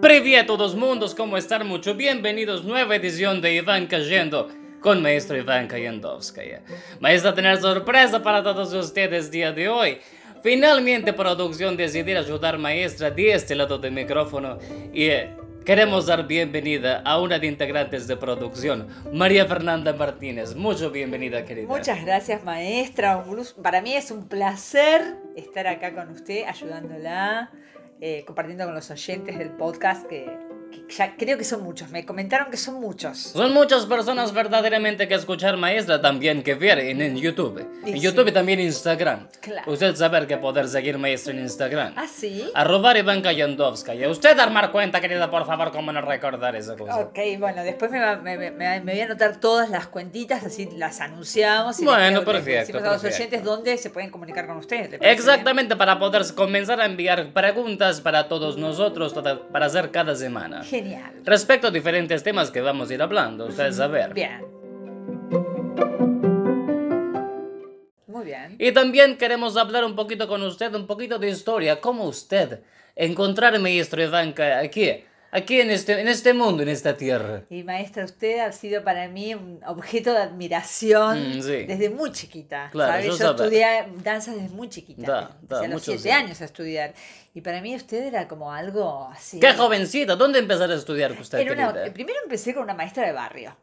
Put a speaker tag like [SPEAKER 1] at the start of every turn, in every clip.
[SPEAKER 1] Previa a todos mundos, ¿cómo están? Mucho bienvenidos, nueva edición de Iván Cayendo con maestro Iván Kayendovskaya. Maestra, tener sorpresa para todos ustedes día de hoy. Finalmente, producción decidir ayudar maestra de este lado del micrófono y eh, queremos dar bienvenida a una de integrantes de producción, María Fernanda Martínez. Mucho bienvenida, querida.
[SPEAKER 2] Muchas gracias, maestra. Un plus- Para mí es un placer estar acá con usted, ayudándola, eh, compartiendo con los oyentes del podcast, que, que ya creo que son muchos. Me comentaron que son muchos.
[SPEAKER 1] Son muchas personas verdaderamente que escuchar maestra también que ver en, en YouTube.
[SPEAKER 2] Y
[SPEAKER 1] En
[SPEAKER 2] sí.
[SPEAKER 1] YouTube y también Instagram.
[SPEAKER 2] Claro.
[SPEAKER 1] Usted saber que poder seguir maestra en Instagram.
[SPEAKER 2] ¿Ah, sí?
[SPEAKER 1] Arrobar Ivanka Yandovskaya. Usted armar cuenta, querida, por favor, cómo no recordar esa cosa.
[SPEAKER 2] Ok, bueno, después me, va- me- me- me voy a anotar todas las cuentitas, así las anunciamos. Y
[SPEAKER 1] Bueno,
[SPEAKER 2] les- les
[SPEAKER 1] perfecto,
[SPEAKER 2] decimos a los
[SPEAKER 1] perfecto.
[SPEAKER 2] oyentes dónde se pueden comunicar con ustedes. ¿le parece
[SPEAKER 1] Exactamente, para poder comenzar a enviar preguntas para todos nosotros, toda- para hacer cada semana.
[SPEAKER 2] bien? Genial.
[SPEAKER 1] Respecto a diferentes temas que vamos a ir hablando, ustedes saber.
[SPEAKER 2] Bien. Muy bien.
[SPEAKER 1] Y también queremos hablar un poquito con usted, un poquito de historia, cómo usted encontrar maestro Ivanka aquí, aquí en este, en este mundo, en esta tierra.
[SPEAKER 2] Y maestra, usted ha sido para mí un objeto de admiración
[SPEAKER 1] Mm, sí.
[SPEAKER 2] desde muy chiquita.
[SPEAKER 1] Claro,
[SPEAKER 2] ¿sabe?
[SPEAKER 1] yo
[SPEAKER 2] Yo,
[SPEAKER 1] sabía.
[SPEAKER 2] estudié danza desde muy chiquita.
[SPEAKER 1] Da,
[SPEAKER 2] Empecé
[SPEAKER 1] da,
[SPEAKER 2] a los
[SPEAKER 1] mucho
[SPEAKER 2] siete
[SPEAKER 1] sí.
[SPEAKER 2] años a estudiar. Y para mí usted era como algo así.
[SPEAKER 1] ¡Qué jovencita! ¿Dónde empezar a estudiar usted,
[SPEAKER 2] Era una-
[SPEAKER 1] querida?
[SPEAKER 2] primero empecé con una maestra de barrio.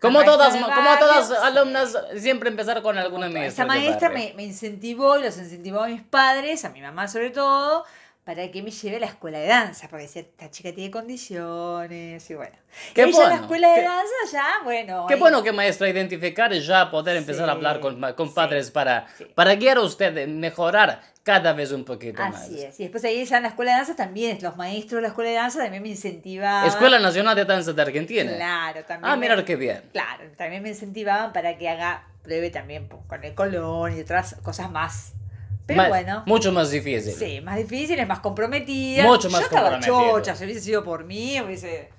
[SPEAKER 1] Como
[SPEAKER 2] Una maestra
[SPEAKER 1] todas,
[SPEAKER 2] de
[SPEAKER 1] como todas
[SPEAKER 2] barrio,
[SPEAKER 1] alumnas, siempre empezar con alguna maestra.
[SPEAKER 2] Esa
[SPEAKER 1] de
[SPEAKER 2] maestra
[SPEAKER 1] barrio.
[SPEAKER 2] me, me incentivó y los incentivó a mis padres, a mi mamá sobre todo, para que me lleve a la escuela de danza, porque decía, esta chica tiene condiciones y bueno.
[SPEAKER 1] Qué
[SPEAKER 2] y ella en
[SPEAKER 1] bueno,
[SPEAKER 2] la escuela de
[SPEAKER 1] qué-
[SPEAKER 2] danza ya, bueno.
[SPEAKER 1] Qué
[SPEAKER 2] ahí-
[SPEAKER 1] bueno que maestra identificar y ya poder empezar a
[SPEAKER 2] Sí,
[SPEAKER 1] hablar con, ma- con
[SPEAKER 2] sí,
[SPEAKER 1] padres para,
[SPEAKER 2] sí.
[SPEAKER 1] para guiar a usted en mejorar cada vez un poquito más.
[SPEAKER 2] Así es. Y después ahí ya en la escuela de danza también, los maestros de la escuela de danza también me incentivaban.
[SPEAKER 1] Escuela Nacional de Danza de Argentina.
[SPEAKER 2] Claro, también.
[SPEAKER 1] Ah,
[SPEAKER 2] me-
[SPEAKER 1] mirar qué bien.
[SPEAKER 2] Claro, también me incentivaban para que haga pruebe también pues, con el colón y otras cosas más. Pero
[SPEAKER 1] Más-
[SPEAKER 2] bueno.
[SPEAKER 1] Mucho más difícil.
[SPEAKER 2] Sí, más difíciles, más comprometidas.
[SPEAKER 1] Mucho más
[SPEAKER 2] Yo estaba
[SPEAKER 1] comprometido.
[SPEAKER 2] chocha, si hubiese sido por mí, hubiese...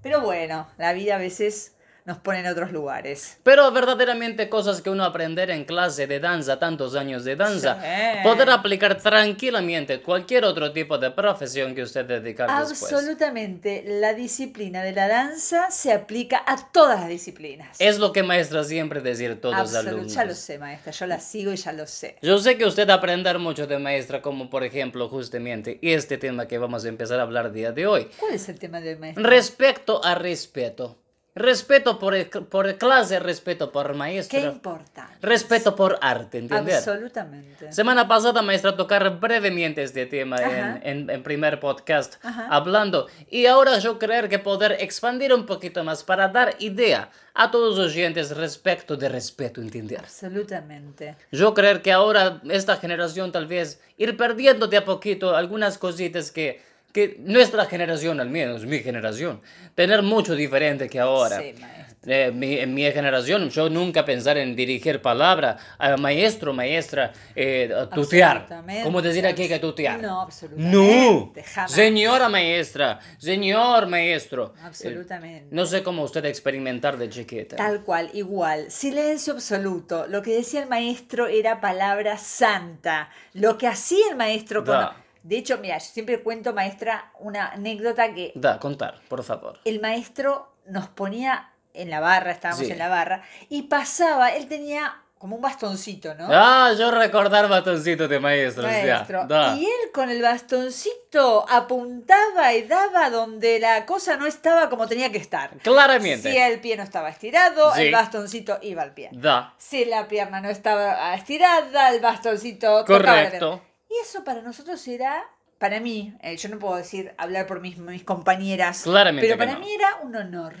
[SPEAKER 2] Pero bueno, la vida a veces nos pone en otros lugares.
[SPEAKER 1] Pero verdaderamente cosas que uno aprender en clase de danza, tantos años de danza,
[SPEAKER 2] Sí.
[SPEAKER 1] poder aplicar tranquilamente cualquier otro tipo de profesión que usted dedicar después.
[SPEAKER 2] Absolutamente, la disciplina de la danza se aplica a todas las disciplinas.
[SPEAKER 1] Es lo que maestra siempre decir todos los
[SPEAKER 2] Absolut-
[SPEAKER 1] alumnos.
[SPEAKER 2] Ya lo sé, maestra, yo la sigo y ya lo sé.
[SPEAKER 1] Yo sé que usted aprender mucho de maestra, como por ejemplo justamente este tema que vamos a empezar a hablar día de hoy.
[SPEAKER 2] ¿Cuál es el tema de hoy, maestra?
[SPEAKER 1] Respecto a respeto. Respeto por, el- por clase, respeto por
[SPEAKER 2] Qué
[SPEAKER 1] maestro.
[SPEAKER 2] importante.
[SPEAKER 1] Respeto por arte, ¿entender?
[SPEAKER 2] Absolutamente.
[SPEAKER 1] Semana pasada, maestra, tocar brevemente este tema
[SPEAKER 2] Ajá.
[SPEAKER 1] en, en- en primer podcast,
[SPEAKER 2] Ajá.
[SPEAKER 1] hablando. Y ahora yo creer que poder expandir un poquito más para dar idea a todos los oyentes respecto de respeto, ¿entender?
[SPEAKER 2] Absolutamente.
[SPEAKER 1] Yo creer que ahora esta generación tal vez ir perdiendo de a poquito algunas cositas que, que nuestra generación, al menos mi generación, tener mucho diferente que ahora.
[SPEAKER 2] Sí, maestra.
[SPEAKER 1] Eh, mi- en mi generación yo nunca pensar en dirigir palabra a maestro, maestra, eh, a tutear.
[SPEAKER 2] Absolutamente.
[SPEAKER 1] ¿Cómo decir aquí que tutear?
[SPEAKER 2] No, absolutamente.
[SPEAKER 1] No.
[SPEAKER 2] Jamás.
[SPEAKER 1] Señora maestra, señor maestro.
[SPEAKER 2] Absolutamente.
[SPEAKER 1] Eh, no sé cómo usted experimentar de chiquita.
[SPEAKER 2] Tal cual, igual. Silencio absoluto. Lo que decía el maestro era palabra santa. Lo que hacía el maestro con...
[SPEAKER 1] Da.
[SPEAKER 2] De hecho, mira, yo siempre cuento, maestra, una anécdota que
[SPEAKER 1] Da, contar, por favor.
[SPEAKER 2] el maestro nos ponía en la barra, estábamos
[SPEAKER 1] Sí.
[SPEAKER 2] en la barra, y pasaba, él tenía como un bastoncito, ¿no?
[SPEAKER 1] Ah, yo recordar bastoncito de maestro. o sea,
[SPEAKER 2] Maestro.
[SPEAKER 1] da.
[SPEAKER 2] Y él con el bastoncito apuntaba y daba donde la cosa no estaba como tenía que estar.
[SPEAKER 1] Claramente.
[SPEAKER 2] Si el pie no estaba estirado,
[SPEAKER 1] Sí.
[SPEAKER 2] el bastoncito iba al pie.
[SPEAKER 1] Da.
[SPEAKER 2] Si la pierna no estaba estirada, el bastoncito tocaba la
[SPEAKER 1] Correcto.
[SPEAKER 2] pierna. Y eso para nosotros era, para mí, eh, yo no puedo decir hablar por mis, mis compañeras,
[SPEAKER 1] Claramente
[SPEAKER 2] pero
[SPEAKER 1] que
[SPEAKER 2] para
[SPEAKER 1] no.
[SPEAKER 2] mí era un honor,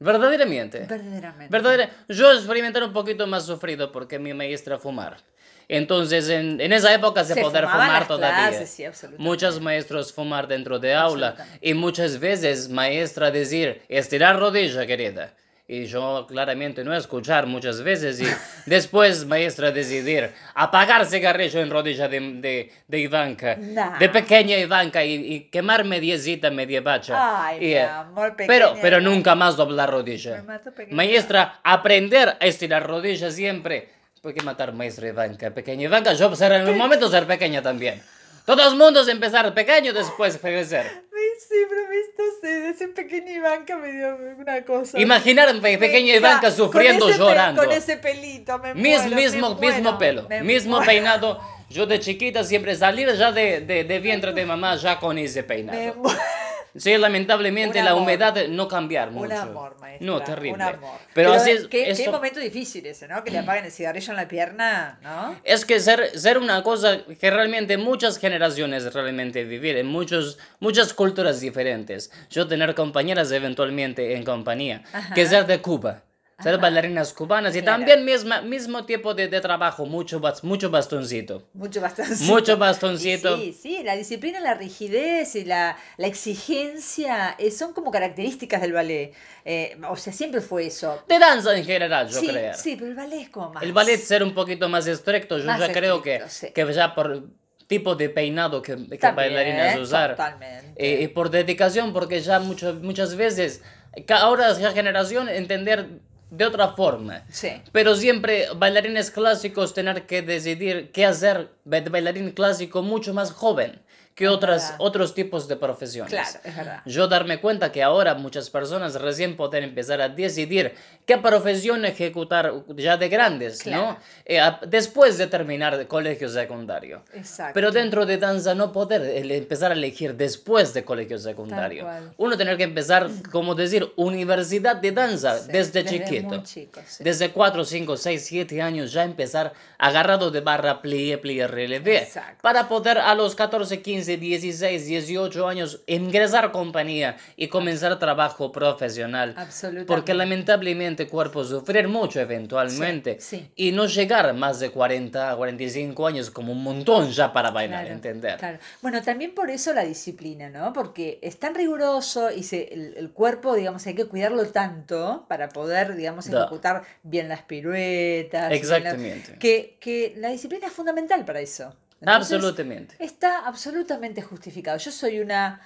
[SPEAKER 1] Verdaderamente.
[SPEAKER 2] verdaderamente.
[SPEAKER 1] Verdadera- Yo experimenté un poquito más sufrido porque mi maestra fumar. Entonces, en, en esa época se,
[SPEAKER 2] Se
[SPEAKER 1] poder
[SPEAKER 2] fumaba en
[SPEAKER 1] fumar
[SPEAKER 2] las
[SPEAKER 1] todavía.
[SPEAKER 2] clases, sí, absolutamente.
[SPEAKER 1] Muchos maestros fumar dentro de aula
[SPEAKER 2] Absolutamente.
[SPEAKER 1] y muchas veces maestra decir, estirar rodilla, querida. Y yo claramente no escuchar muchas veces y después maestra decidir apagar cigarrillo en rodilla de, de, de Ivanka,
[SPEAKER 2] Nah.
[SPEAKER 1] de pequeña Ivanka y, y quemar mediecita, media bacha.
[SPEAKER 2] Ay,
[SPEAKER 1] Y,
[SPEAKER 2] mi
[SPEAKER 1] eh,
[SPEAKER 2] amor,
[SPEAKER 1] pero,
[SPEAKER 2] pequeña
[SPEAKER 1] pero
[SPEAKER 2] Ivanka.
[SPEAKER 1] nunca más doblar rodilla.
[SPEAKER 2] Me mato pequeña.
[SPEAKER 1] Maestra, aprender a estirar rodillas siempre. P- ¿Por qué matar maestra Ivanka? Pequeña Ivanka, yo seré en un momento ser pequeña también. Todos mundos empezar pequeño, después crecer.
[SPEAKER 2] Sí, pero me esto sí, de ese pequeño Ivanka me dio una cosa.
[SPEAKER 1] Imaginar pe-
[SPEAKER 2] Me
[SPEAKER 1] pequeña
[SPEAKER 2] ca-
[SPEAKER 1] Ivanka sufriendo,
[SPEAKER 2] con ese pe-
[SPEAKER 1] llorando.
[SPEAKER 2] Con ese pelito, me
[SPEAKER 1] Mis-
[SPEAKER 2] muero,
[SPEAKER 1] mismo,
[SPEAKER 2] me muero,
[SPEAKER 1] mismo pelo,
[SPEAKER 2] me
[SPEAKER 1] mismo
[SPEAKER 2] muero.
[SPEAKER 1] peinado. Yo de chiquita siempre salí ya de, de, de vientre de mamá ya con ese
[SPEAKER 2] Me
[SPEAKER 1] peinado.
[SPEAKER 2] muero.
[SPEAKER 1] Sí, lamentablemente
[SPEAKER 2] Un
[SPEAKER 1] la
[SPEAKER 2] amor.
[SPEAKER 1] humedad no cambiar mucho.
[SPEAKER 2] Un amor, maestra.
[SPEAKER 1] No, terrible.
[SPEAKER 2] Un amor.
[SPEAKER 1] Pero, así es,
[SPEAKER 2] ¿qué, qué
[SPEAKER 1] eso-
[SPEAKER 2] momento difícil ese, ¿no? Que le apaguen el cigarrillo en la pierna, ¿no?
[SPEAKER 1] Es que ser, ser una cosa que realmente muchas generaciones realmente vivir en muchos, muchas culturas diferentes. Yo tener compañeras eventualmente en compañía, que ser de Cuba, ser bailarinas cubanas y
[SPEAKER 2] Claro.
[SPEAKER 1] también misma, mismo tipo de, de trabajo, mucho, bas- mucho bastoncito.
[SPEAKER 2] Mucho bastoncito.
[SPEAKER 1] Mucho bastoncito.
[SPEAKER 2] Y sí, sí, la disciplina, la rigidez y la, la exigencia eh, son como características del ballet. Eh, o sea, siempre fue eso.
[SPEAKER 1] De danza en general, yo
[SPEAKER 2] sí,
[SPEAKER 1] creo.
[SPEAKER 2] sí, pero el ballet es como más.
[SPEAKER 1] El ballet ser un poquito más estricto, yo
[SPEAKER 2] Más
[SPEAKER 1] ya creo que,
[SPEAKER 2] estricto, sí.
[SPEAKER 1] que ya por tipo de peinado que, que
[SPEAKER 2] También,
[SPEAKER 1] bailarinas usar.
[SPEAKER 2] Totalmente.
[SPEAKER 1] Eh, y por dedicación, porque ya mucho- muchas veces, ca- ahora esa generación entender de otra forma.
[SPEAKER 2] sí.
[SPEAKER 1] Pero siempre bailarines clásicos tener que decidir qué hacer ba- de bailarín clásico mucho más joven que otras,
[SPEAKER 2] verdad.
[SPEAKER 1] otros tipos de profesiones.
[SPEAKER 2] Ah, Claro, es verdad.
[SPEAKER 1] Yo darme cuenta que ahora muchas personas recién pueden empezar a decidir qué profesión ejecutar ya de grandes, ¿no?
[SPEAKER 2] Claro.
[SPEAKER 1] Eh, a- después de terminar el colegio secundario.
[SPEAKER 2] Exacto.
[SPEAKER 1] Pero dentro de danza no poder el empezar a elegir después de colegio secundario.
[SPEAKER 2] Tal cual.
[SPEAKER 1] Uno tener que empezar, como decir, universidad de danza
[SPEAKER 2] Sí,
[SPEAKER 1] desde,
[SPEAKER 2] muy
[SPEAKER 1] chiquito.
[SPEAKER 2] chico, sí.
[SPEAKER 1] Desde 4, 5, 6, 7 años ya empezar agarrado de barra, plie, plie, relevé.
[SPEAKER 2] Exacto.
[SPEAKER 1] Para poder a los 14, 15, 16, 18 años ingresar compañía y comenzar trabajo profesional.
[SPEAKER 2] Absolutamente.
[SPEAKER 1] Porque lamentablemente cuerpo sufrir mucho eventualmente
[SPEAKER 2] Sí, sí.
[SPEAKER 1] y no llegar más de 40, 45 años como un montón ya para bailar,
[SPEAKER 2] Claro,
[SPEAKER 1] entender.
[SPEAKER 2] claro. Bueno, también por eso la disciplina, ¿no? Porque es tan riguroso y se, el, el cuerpo, digamos, hay que cuidarlo tanto para poder, digamos,
[SPEAKER 1] Da.
[SPEAKER 2] ejecutar bien las piruetas. bien la-
[SPEAKER 1] Exactamente.
[SPEAKER 2] que, que la disciplina es fundamental para eso. Entonces,
[SPEAKER 1] Absolutamente.
[SPEAKER 2] Está absolutamente justificado. Yo soy una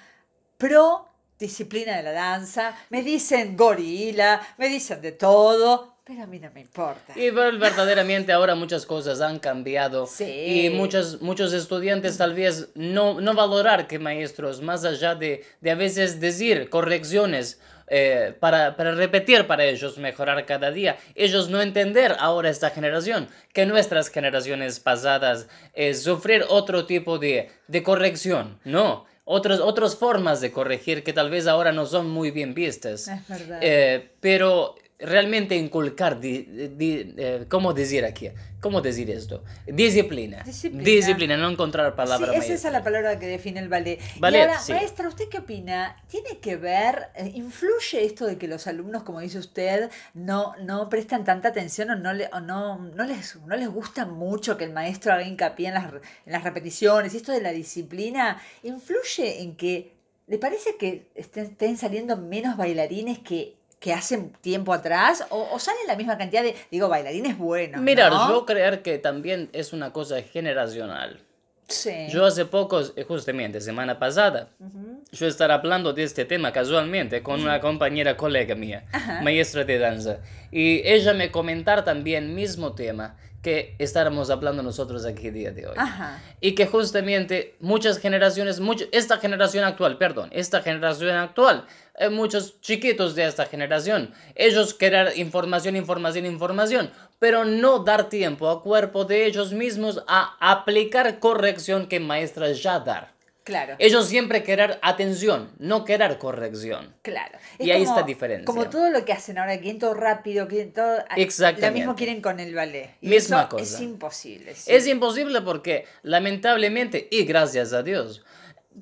[SPEAKER 2] pro disciplina de la danza. Me dicen gorila, me dicen de todo, pero a mí no me importa.
[SPEAKER 1] Y ver- verdaderamente ahora muchas cosas han cambiado
[SPEAKER 2] Sí.
[SPEAKER 1] y muchos, muchos estudiantes tal vez no, no valorar que maestros, más allá de, de a veces decir correcciones eh, para, para repetir para ellos, mejorar cada día, ellos no entender ahora esta generación, que nuestras generaciones pasadas eh, sufrir otro tipo de, de corrección, ¿no? Otras, otras formas de corregir que tal vez ahora no son muy bien vistas.
[SPEAKER 2] Es verdad.
[SPEAKER 1] Eh, pero realmente inculcar, di- di- eh, ¿cómo decir aquí? ¿Cómo decir esto? Disciplina.
[SPEAKER 2] Disciplina.
[SPEAKER 1] no encontrar palabra
[SPEAKER 2] Sí, esa es
[SPEAKER 1] maestra.
[SPEAKER 2] la palabra que define el ballet.
[SPEAKER 1] Ballet,
[SPEAKER 2] y ahora,
[SPEAKER 1] sí.
[SPEAKER 2] maestra, ¿usted qué opina? ¿Tiene que ver, eh, influye esto de que los alumnos, como dice usted, no, no prestan tanta atención o, no, le- o no, no, les, no les gusta mucho que el maestro haga hincapié en las, re- en las repeticiones? Y esto de la disciplina, ¿influye en que le parece que estén, estén saliendo menos bailarines que que hacen tiempo atrás o, o salen la misma cantidad de digo bailarines buenos
[SPEAKER 1] Mirar,
[SPEAKER 2] ¿no?
[SPEAKER 1] yo creer que también es una cosa generacional.
[SPEAKER 2] Sí.
[SPEAKER 1] Yo hace poco, eh, justamente semana pasada,
[SPEAKER 2] Ujú.
[SPEAKER 1] yo estaba hablando de este tema casualmente con una compañera colega mía, maestra de danza, y ella me comentar también mismo tema que estábamos hablando nosotros aquí día de hoy.
[SPEAKER 2] ajá
[SPEAKER 1] y que justamente muchas generaciones, much- esta generación actual, perdón, esta generación actual, eh, muchos chiquitos de esta generación, ellos querer información, información, información, pero no dar tiempo a cuerpo de ellos mismos a aplicar corrección que maestras ya dar.
[SPEAKER 2] claro
[SPEAKER 1] Ellos siempre querer atención, no querer corrección.
[SPEAKER 2] Claro.
[SPEAKER 1] Y ahí está diferencia.
[SPEAKER 2] Como todo lo que hacen ahora, quieren todo rápido, quieren todo.
[SPEAKER 1] Exactamente.
[SPEAKER 2] Lo mismo quieren con el ballet. Y
[SPEAKER 1] Misma
[SPEAKER 2] eso
[SPEAKER 1] cosa.
[SPEAKER 2] Es imposible. sí.
[SPEAKER 1] Es imposible porque, lamentablemente, y gracias a Dios,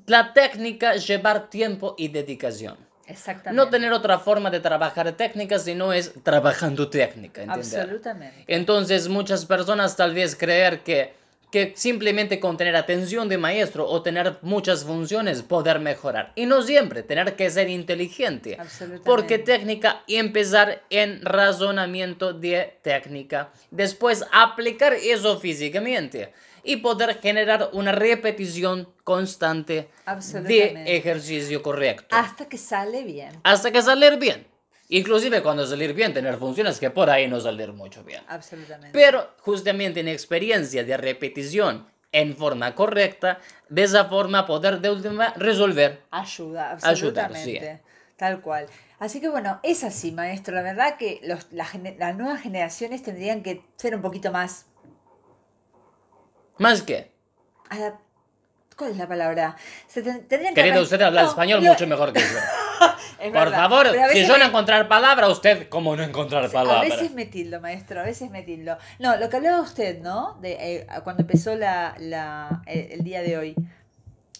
[SPEAKER 1] la técnica llevar tiempo y dedicación.
[SPEAKER 2] Exactamente.
[SPEAKER 1] No tener otra forma de trabajar técnica, sino es trabajando técnica, ¿entender?
[SPEAKER 2] Absolutamente.
[SPEAKER 1] Entonces muchas personas tal vez creer que, que simplemente con tener atención de maestro o tener muchas funciones poder mejorar. Y no siempre, tener que ser inteligente.
[SPEAKER 2] Absolutamente.
[SPEAKER 1] Porque técnica y empezar en razonamiento de técnica. Después aplicar eso físicamente. Y poder generar una repetición constante de
[SPEAKER 2] Absolutamente.
[SPEAKER 1] ejercicio correcto
[SPEAKER 2] Hasta que sale bien.
[SPEAKER 1] hasta que salir bien. Inclusive cuando salir bien, tener funciones que por ahí no salir mucho bien.
[SPEAKER 2] Absolutamente.
[SPEAKER 1] Pero justamente en experiencia de repetición en forma correcta, de esa forma poder de última resolver.
[SPEAKER 2] Ayuda,
[SPEAKER 1] Ayudar,
[SPEAKER 2] absolutamente. Tal cual. Así que bueno, es así, maestro. La verdad que los- la gene- las nuevas generaciones tendrían que ser un poquito más.
[SPEAKER 1] Más que.
[SPEAKER 2] adap- ¿Cuál es la palabra? Se ten- tendrían que
[SPEAKER 1] Querido,
[SPEAKER 2] arran-
[SPEAKER 1] usted habla
[SPEAKER 2] No,
[SPEAKER 1] español
[SPEAKER 2] lo-
[SPEAKER 1] mucho mejor que yo. Por
[SPEAKER 2] es verdad.
[SPEAKER 1] favor,
[SPEAKER 2] Pero a
[SPEAKER 1] si
[SPEAKER 2] veces
[SPEAKER 1] yo
[SPEAKER 2] me-
[SPEAKER 1] no encontrar palabra, usted, ¿cómo no encontrar
[SPEAKER 2] A
[SPEAKER 1] palabra?
[SPEAKER 2] veces me tildo, maestro, a veces me tildo. No, lo que hablaba usted, ¿no? De, eh, cuando empezó la, la- el, el día de hoy.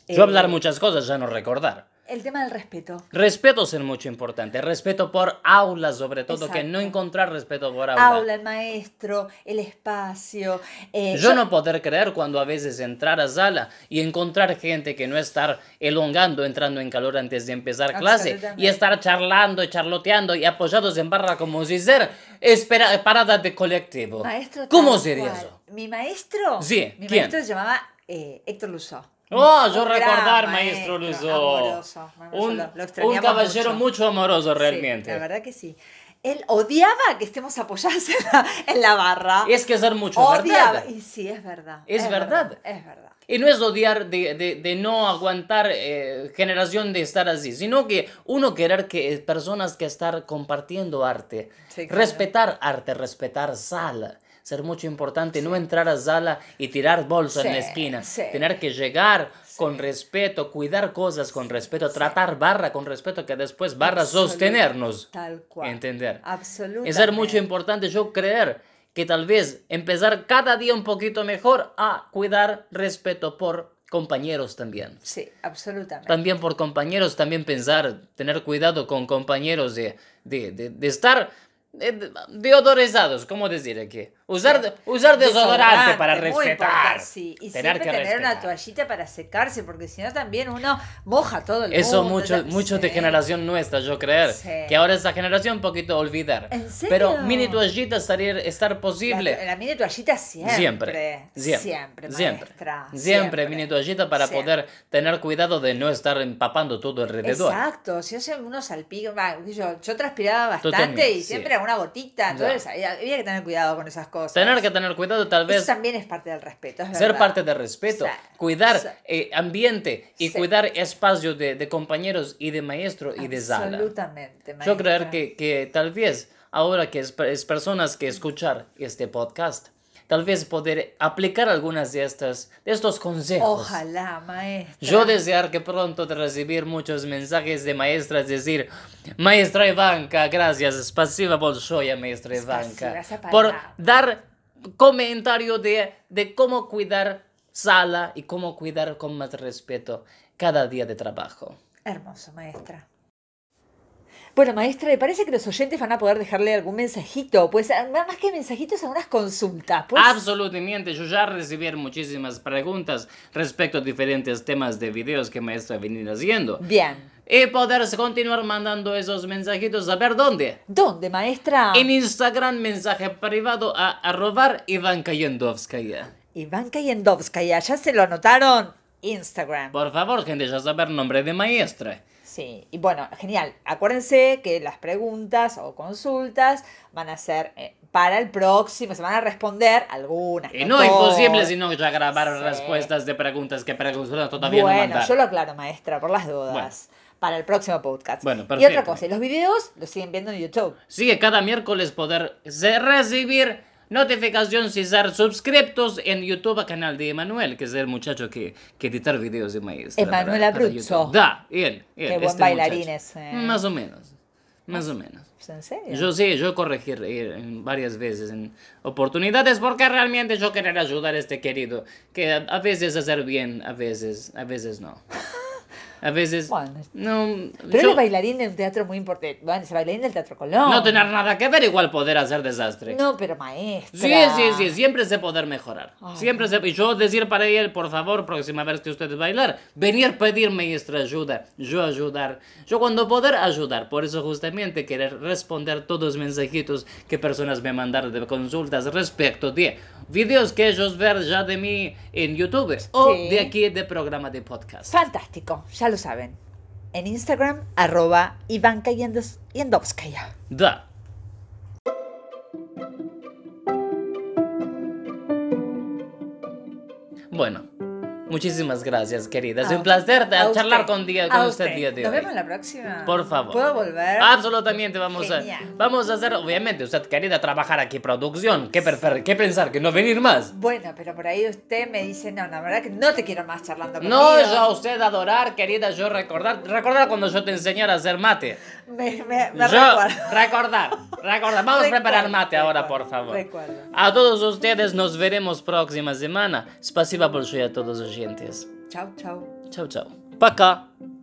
[SPEAKER 2] Eh,
[SPEAKER 1] Yo hablar muchas cosas, ya no recordar.
[SPEAKER 2] El tema del respeto.
[SPEAKER 1] Respeto es muy importante. Respeto por aula, sobre todo, que no
[SPEAKER 2] Exacto.
[SPEAKER 1] encontrar respeto por aula.
[SPEAKER 2] Aula, el maestro, el espacio. eh,
[SPEAKER 1] Yo no poder creer cuando a veces entrar a sala y encontrar gente que no estar elongando, entrando en calor antes de empezar clase
[SPEAKER 2] Ah, Absolutamente.
[SPEAKER 1] y estar charlando, charloteando y apoyados en barra como si ser espera, parada de colectivo.
[SPEAKER 2] Maestro
[SPEAKER 1] ¿Cómo
[SPEAKER 2] tal
[SPEAKER 1] sería
[SPEAKER 2] cual.
[SPEAKER 1] eso?
[SPEAKER 2] Mi maestro.
[SPEAKER 1] Sí,
[SPEAKER 2] Mi
[SPEAKER 1] ¿quién?
[SPEAKER 2] maestro se llamaba eh, Héctor Luzó.
[SPEAKER 1] Oh,
[SPEAKER 2] Un
[SPEAKER 1] yo
[SPEAKER 2] gran
[SPEAKER 1] recordar, maestro Luzo.
[SPEAKER 2] amoroso, amoroso,
[SPEAKER 1] un,
[SPEAKER 2] lo- lo
[SPEAKER 1] un
[SPEAKER 2] extrañamos
[SPEAKER 1] caballero mucho, amoroso
[SPEAKER 2] Sí,
[SPEAKER 1] realmente.
[SPEAKER 2] la verdad que sí. Él odiaba que estemos apoyados en la, en la barra.
[SPEAKER 1] es que ser mucho,
[SPEAKER 2] odiaba.
[SPEAKER 1] ¿verdad?
[SPEAKER 2] Y sí, es verdad.
[SPEAKER 1] Es verdad.
[SPEAKER 2] Es verdad.
[SPEAKER 1] Y no es odiar de, de- de no aguantar eh, generación de estar así, sino que uno querer que eh, personas que estar compartiendo arte,
[SPEAKER 2] Sí, claro.
[SPEAKER 1] respetar arte, respetar sala, ser mucho importante, no entrar a sala y tirar bolsa en la
[SPEAKER 2] Sí,
[SPEAKER 1] esquina,
[SPEAKER 2] sí.
[SPEAKER 1] tener que llegar
[SPEAKER 2] Sí.
[SPEAKER 1] con respeto, cuidar cosas con respeto, tratar barra con respeto, que después barra sostenernos,
[SPEAKER 2] Tal cual.
[SPEAKER 1] entender.
[SPEAKER 2] Absolutamente.
[SPEAKER 1] Es ser mucho em- importante yo creer que tal vez empezar cada día un poquito mejor a cuidar respeto por compañeros también.
[SPEAKER 2] Sí, absolutamente.
[SPEAKER 1] También por compañeros, también pensar, tener cuidado con compañeros de, de, de- de estar eh, de- deodorizados, ¿cómo decir aquí? Usar, usar desodorante para
[SPEAKER 2] muy
[SPEAKER 1] respetar.
[SPEAKER 2] importante, sí. Y
[SPEAKER 1] tener
[SPEAKER 2] siempre
[SPEAKER 1] que
[SPEAKER 2] tener una
[SPEAKER 1] respetar.
[SPEAKER 2] toallita para secarse, porque si no también uno moja todo el
[SPEAKER 1] Eso
[SPEAKER 2] mundo,
[SPEAKER 1] mucho,
[SPEAKER 2] ya-
[SPEAKER 1] mucho de
[SPEAKER 2] Sí.
[SPEAKER 1] generación nuestra, yo creer.
[SPEAKER 2] Sí.
[SPEAKER 1] Que ahora esta generación un poquito olvidar.
[SPEAKER 2] ¿En serio?
[SPEAKER 1] Pero mini toallita estaría, estar posible.
[SPEAKER 2] La, la mini toallita siempre.
[SPEAKER 1] Siempre. Siempre.
[SPEAKER 2] Siempre, maestra,
[SPEAKER 1] Siempre, mini toallita para
[SPEAKER 2] Siempre.
[SPEAKER 1] poder tener cuidado de no estar empapando todo alrededor.
[SPEAKER 2] Exacto, si hacen unos salpicos, va, qué sé yo, yo transpiraba
[SPEAKER 1] Tú
[SPEAKER 2] bastante
[SPEAKER 1] también,
[SPEAKER 2] y
[SPEAKER 1] sí.
[SPEAKER 2] siempre alguna gotita, entonces había, había que tener cuidado con esas cosas.
[SPEAKER 1] Tener que tener cuidado tal
[SPEAKER 2] Eso
[SPEAKER 1] vez
[SPEAKER 2] también es parte del respeto, es
[SPEAKER 1] ser
[SPEAKER 2] verdad.
[SPEAKER 1] parte del respeto,
[SPEAKER 2] Sí.
[SPEAKER 1] cuidar
[SPEAKER 2] Sí.
[SPEAKER 1] eh, ambiente y
[SPEAKER 2] Sí.
[SPEAKER 1] cuidar espacio de, de compañeros y de maestro y de sala.
[SPEAKER 2] Absolutamente,
[SPEAKER 1] Yo creer
[SPEAKER 2] maestra.
[SPEAKER 1] que, que tal vez ahora que es, es personas que escuchar este podcast, tal vez poder aplicar algunas de estas de estos consejos.
[SPEAKER 2] Ojalá, maestra.
[SPEAKER 1] Yo desear que pronto te recibir muchos mensajes de maestras decir, maestra Ivanka, gracias, spasiba bolshoya, maestra
[SPEAKER 2] Спасибо,
[SPEAKER 1] Ivanka,
[SPEAKER 2] esa
[SPEAKER 1] por
[SPEAKER 2] palabra.
[SPEAKER 1] dar comentario de, de cómo cuidar sala y cómo cuidar con más respeto cada día de trabajo.
[SPEAKER 2] Hermoso, maestra. Bueno, maestra, me parece que los oyentes van a poder dejarle algún mensajito, pues ah, más que mensajitos, algunas consultas. Pues,
[SPEAKER 1] Absolutamente, yo ya recibí muchísimas preguntas respecto a diferentes temas de videos que maestra venía haciendo.
[SPEAKER 2] Bien.
[SPEAKER 1] Y poder continuar mandando esos mensajitos, a ver dónde.
[SPEAKER 2] ¿Dónde, maestra?
[SPEAKER 1] En Instagram, mensaje privado a arrobar Ivanka Yendovskaya.
[SPEAKER 2] Iván Kayendovskaya, ya se lo anotaron. Instagram.
[SPEAKER 1] Por favor, gente, ya saber nombre de maestra.
[SPEAKER 2] Sí, y bueno, genial. Acuérdense que las preguntas o consultas van a ser eh, para el próximo, se van a responder algunas.
[SPEAKER 1] Y no
[SPEAKER 2] todas.
[SPEAKER 1] imposible, sino ya grabar
[SPEAKER 2] Sí.
[SPEAKER 1] respuestas de preguntas que preguntas todavía no
[SPEAKER 2] bueno,
[SPEAKER 1] mandar.
[SPEAKER 2] yo lo aclaro, maestra, por las dudas. Para el próximo podcast.
[SPEAKER 1] Bueno,
[SPEAKER 2] y otra
[SPEAKER 1] perfecto.
[SPEAKER 2] cosa, los videos los siguen viendo en YouTube.
[SPEAKER 1] Sigue cada miércoles poder se- recibir notificación si ser suscriptos en YouTube a canal de Emanuel, que es el muchacho que, que editar videos de maestra.
[SPEAKER 2] Emanuel
[SPEAKER 1] para- para
[SPEAKER 2] Abruzzo.
[SPEAKER 1] YouTube. Da, él, él,
[SPEAKER 2] Qué buen
[SPEAKER 1] este
[SPEAKER 2] bailarín
[SPEAKER 1] muchacho.
[SPEAKER 2] es, eh.
[SPEAKER 1] Más o menos, más o menos.
[SPEAKER 2] ¿En serio?
[SPEAKER 1] Yo sí, yo corregí eh, en varias veces en oportunidades porque realmente yo quería ayudar a este querido, que a, a veces hacer bien, a veces, a veces no. A veces
[SPEAKER 2] Bueno.
[SPEAKER 1] no,
[SPEAKER 2] Pero él
[SPEAKER 1] yo-
[SPEAKER 2] es bailarín de un teatro muy importante. Bueno, es bailarín del Teatro Colón.
[SPEAKER 1] no tener nada que ver igual poder hacer desastre.
[SPEAKER 2] No, pero maestra.
[SPEAKER 1] Sí, sí, sí, siempre se poder mejorar. Siempre se... Y yo decir para él, por favor, próxima vez que ustedes bailar, venir pedirme nuestra ayuda, yo ayudar. Yo cuando poder ayudar, por eso justamente querer responder todos los mensajitos que personas me mandaron de consultas respecto de videos que ellos ver ya de mí en YouTube o
[SPEAKER 2] Sí.
[SPEAKER 1] de aquí de programa de podcast.
[SPEAKER 2] Fantástico, ya lo saben. en Instagram, arroba Ivanka Yendos- Yendovskaya.
[SPEAKER 1] Да. Bueno, muchísimas gracias, querida. Es
[SPEAKER 2] A-
[SPEAKER 1] un placer de-
[SPEAKER 2] a usted.
[SPEAKER 1] charlar con, día, con
[SPEAKER 2] A
[SPEAKER 1] usted. día de
[SPEAKER 2] Nos
[SPEAKER 1] hoy.
[SPEAKER 2] vemos la próxima.
[SPEAKER 1] Por favor. Ah.
[SPEAKER 2] ¿Puedo volver?
[SPEAKER 1] Absolutamente vamos
[SPEAKER 2] Genial.
[SPEAKER 1] a vamos a hacer obviamente usted querida trabajar aquí producción qué prefer- qué pensar que no venir más
[SPEAKER 2] Bueno, pero por ahí usted me dice, no, la verdad que no te quiero más charlando conmigo.
[SPEAKER 1] no yo a usted adorar querida yo recordar recordar cuando yo te enseñara a hacer mate
[SPEAKER 2] Me, me, me
[SPEAKER 1] yo
[SPEAKER 2] recuerdo.
[SPEAKER 1] recordar recordar vamos a preparar
[SPEAKER 2] Recuerdo,
[SPEAKER 1] mate ahora
[SPEAKER 2] recuerdo,
[SPEAKER 1] por favor
[SPEAKER 2] recuerdo.
[SPEAKER 1] a todos ustedes nos veremos próxima semana спасибо большое a todos los oyentes
[SPEAKER 2] Chau, chau.
[SPEAKER 1] chao chao пока